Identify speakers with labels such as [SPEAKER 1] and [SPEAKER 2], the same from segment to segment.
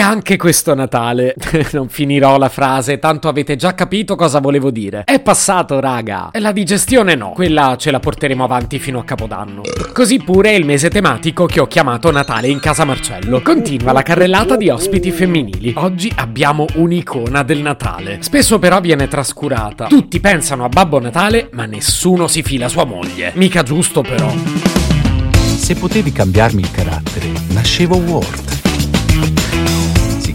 [SPEAKER 1] anche questo Natale, non finirò la frase, tanto avete già capito cosa volevo dire. È passato, raga. La digestione no, quella ce la porteremo avanti fino a Capodanno. Così pure è il mese tematico che ho chiamato Natale in casa Marcello. Continua la carrellata di ospiti femminili. Oggi abbiamo un'icona del Natale. Spesso però viene trascurata. Tutti pensano a Babbo Natale, ma nessuno si fila sua moglie. Mica giusto però.
[SPEAKER 2] Se potevi cambiarmi il carattere, nascevo Word. Si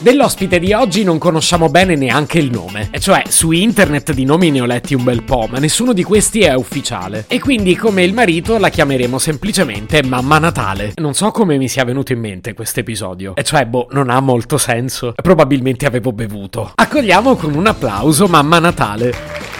[SPEAKER 1] Dell'ospite di oggi non conosciamo bene neanche il nome, e cioè su internet di nomi ne ho letti un bel po', ma nessuno di questi è ufficiale. E quindi come il marito la chiameremo semplicemente Mamma Natale. Non so come mi sia venuto in mente questo episodio, e cioè boh, non ha molto senso. Probabilmente avevo bevuto. Accogliamo con un applauso Mamma Natale.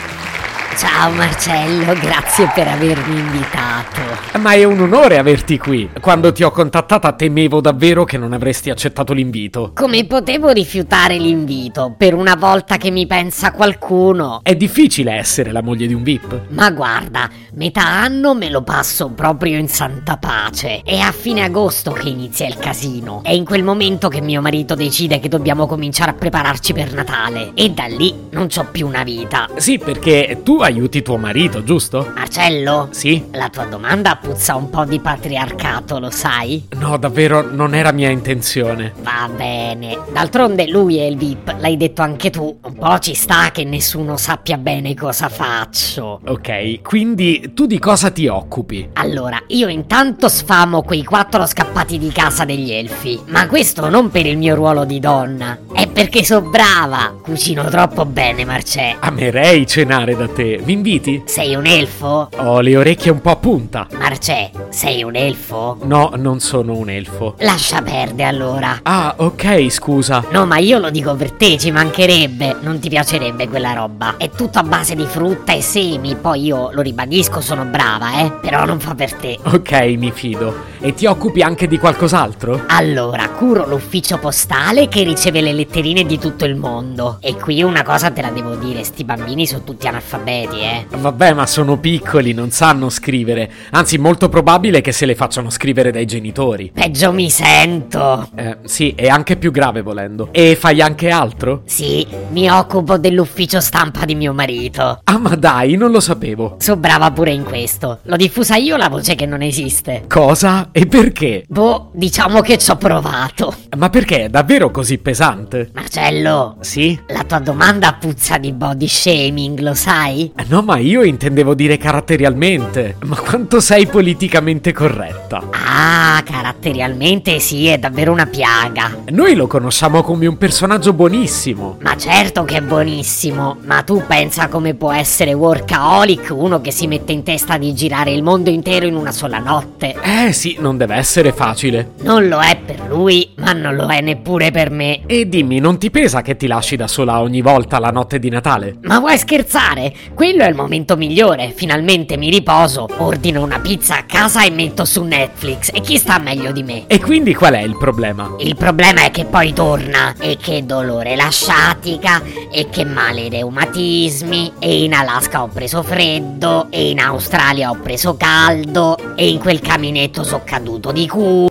[SPEAKER 3] Ciao Marcello, grazie per avermi invitato.
[SPEAKER 1] Ma è un onore averti qui. Quando ti ho contattata temevo davvero che non avresti accettato l'invito.
[SPEAKER 3] Come potevo rifiutare l'invito? Per una volta che mi pensa qualcuno.
[SPEAKER 1] È difficile essere la moglie di un VIP.
[SPEAKER 3] Ma guarda, metà anno me lo passo proprio in santa pace. È a fine agosto che inizia il casino. È in quel momento che mio marito decide che dobbiamo cominciare a prepararci per Natale. E da lì non c'ho più una vita.
[SPEAKER 1] Sì, perché tu aiuti tuo marito, giusto?
[SPEAKER 3] Marcello?
[SPEAKER 1] Sì.
[SPEAKER 3] La tua domanda puzza un po' di patriarcato, lo sai?
[SPEAKER 1] No, davvero non era mia intenzione.
[SPEAKER 3] Va bene. D'altronde lui è il VIP, l'hai detto anche tu. Un po' ci sta che nessuno sappia bene cosa faccio.
[SPEAKER 1] Ok, quindi tu di cosa ti occupi?
[SPEAKER 3] Allora, io intanto sfamo quei quattro scappati di casa degli elfi. Ma questo non per il mio ruolo di donna. È perché so brava. Cucino troppo bene, Marcè.
[SPEAKER 1] Amerei cenare da te. Mi inviti?
[SPEAKER 3] Sei un elfo?
[SPEAKER 1] Ho le orecchie un po' a punta.
[SPEAKER 3] Marcè, sei un elfo?
[SPEAKER 1] No, non sono un elfo.
[SPEAKER 3] Lascia perdere allora.
[SPEAKER 1] Ah, ok, scusa.
[SPEAKER 3] No, ma io lo dico per te, ci mancherebbe. Non ti piacerebbe quella roba. È tutto a base di frutta e semi. Poi io lo ribadisco, sono brava, eh. Però non fa per te.
[SPEAKER 1] Ok, mi fido. E ti occupi anche di qualcos'altro?
[SPEAKER 3] Allora, curo l'ufficio postale che riceve le letterine di tutto il mondo. E qui una cosa te la devo dire, sti bambini sono tutti analfabeti, eh.
[SPEAKER 1] Vabbè, ma sono piccoli, non sanno scrivere. Anzi, molto probabile che se le facciano scrivere dai genitori.
[SPEAKER 3] Peggio mi sento.
[SPEAKER 1] Eh, sì, è anche più grave volendo. E fai anche altro?
[SPEAKER 3] Sì, mi occupo dell'ufficio stampa di mio marito.
[SPEAKER 1] Ah, ma dai, non lo sapevo.
[SPEAKER 3] So brava pure in questo. L'ho diffusa io la voce che non esiste.
[SPEAKER 1] Cosa? E perché?
[SPEAKER 3] Boh, diciamo che ci ho provato.
[SPEAKER 1] Ma perché è davvero così pesante?
[SPEAKER 3] Marcello,
[SPEAKER 1] Sì?
[SPEAKER 3] la tua domanda puzza di body shaming, lo sai?
[SPEAKER 1] Eh, No, ma io intendevo dire caratterialmente. Ma quanto sei politicamente corretta?
[SPEAKER 3] Ah, caratterialmente sì, è davvero una piaga.
[SPEAKER 1] Noi lo conosciamo come un personaggio buonissimo.
[SPEAKER 3] Ma certo che è buonissimo, ma tu pensa come può essere workaholic uno che si mette in testa di girare il mondo intero in una sola notte?
[SPEAKER 1] Eh sì, non deve essere facile.
[SPEAKER 3] Non lo è per lui, ma non lo è neppure per me.
[SPEAKER 1] E dimmi, non ti pesa che ti lasci da sola ogni volta la notte di Natale?
[SPEAKER 3] Ma vuoi scherzare? Quello è il momento migliore, finalmente mi riposo, ordino una pizza a casa e metto su Netflix, e chi sta meglio di me?
[SPEAKER 1] E quindi qual è il problema?
[SPEAKER 3] Il problema è che poi torna e che dolore la sciatica e che male i reumatismi e in Alaska ho preso freddo e in Australia ho preso caldo e in quel caminetto sono caduto di culo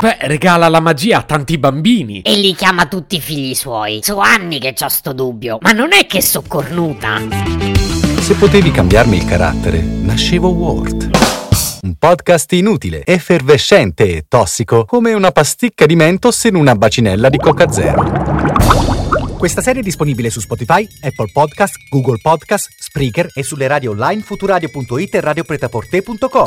[SPEAKER 1] Beh, regala la magia a tanti bambini.
[SPEAKER 3] e li chiama tutti i figli suoi. So anni che c'ho sto dubbio, ma non è che so cornuta.
[SPEAKER 2] Se potevi cambiarmi il carattere, nascevo Word. Un podcast inutile, effervescente e tossico, come una pasticca di mentos in una bacinella di Coca Zero. Questa serie è disponibile su Spotify, Apple Podcast, Google Podcast, Spreaker e sulle radio online futuradio.it e radiopretaporte.com.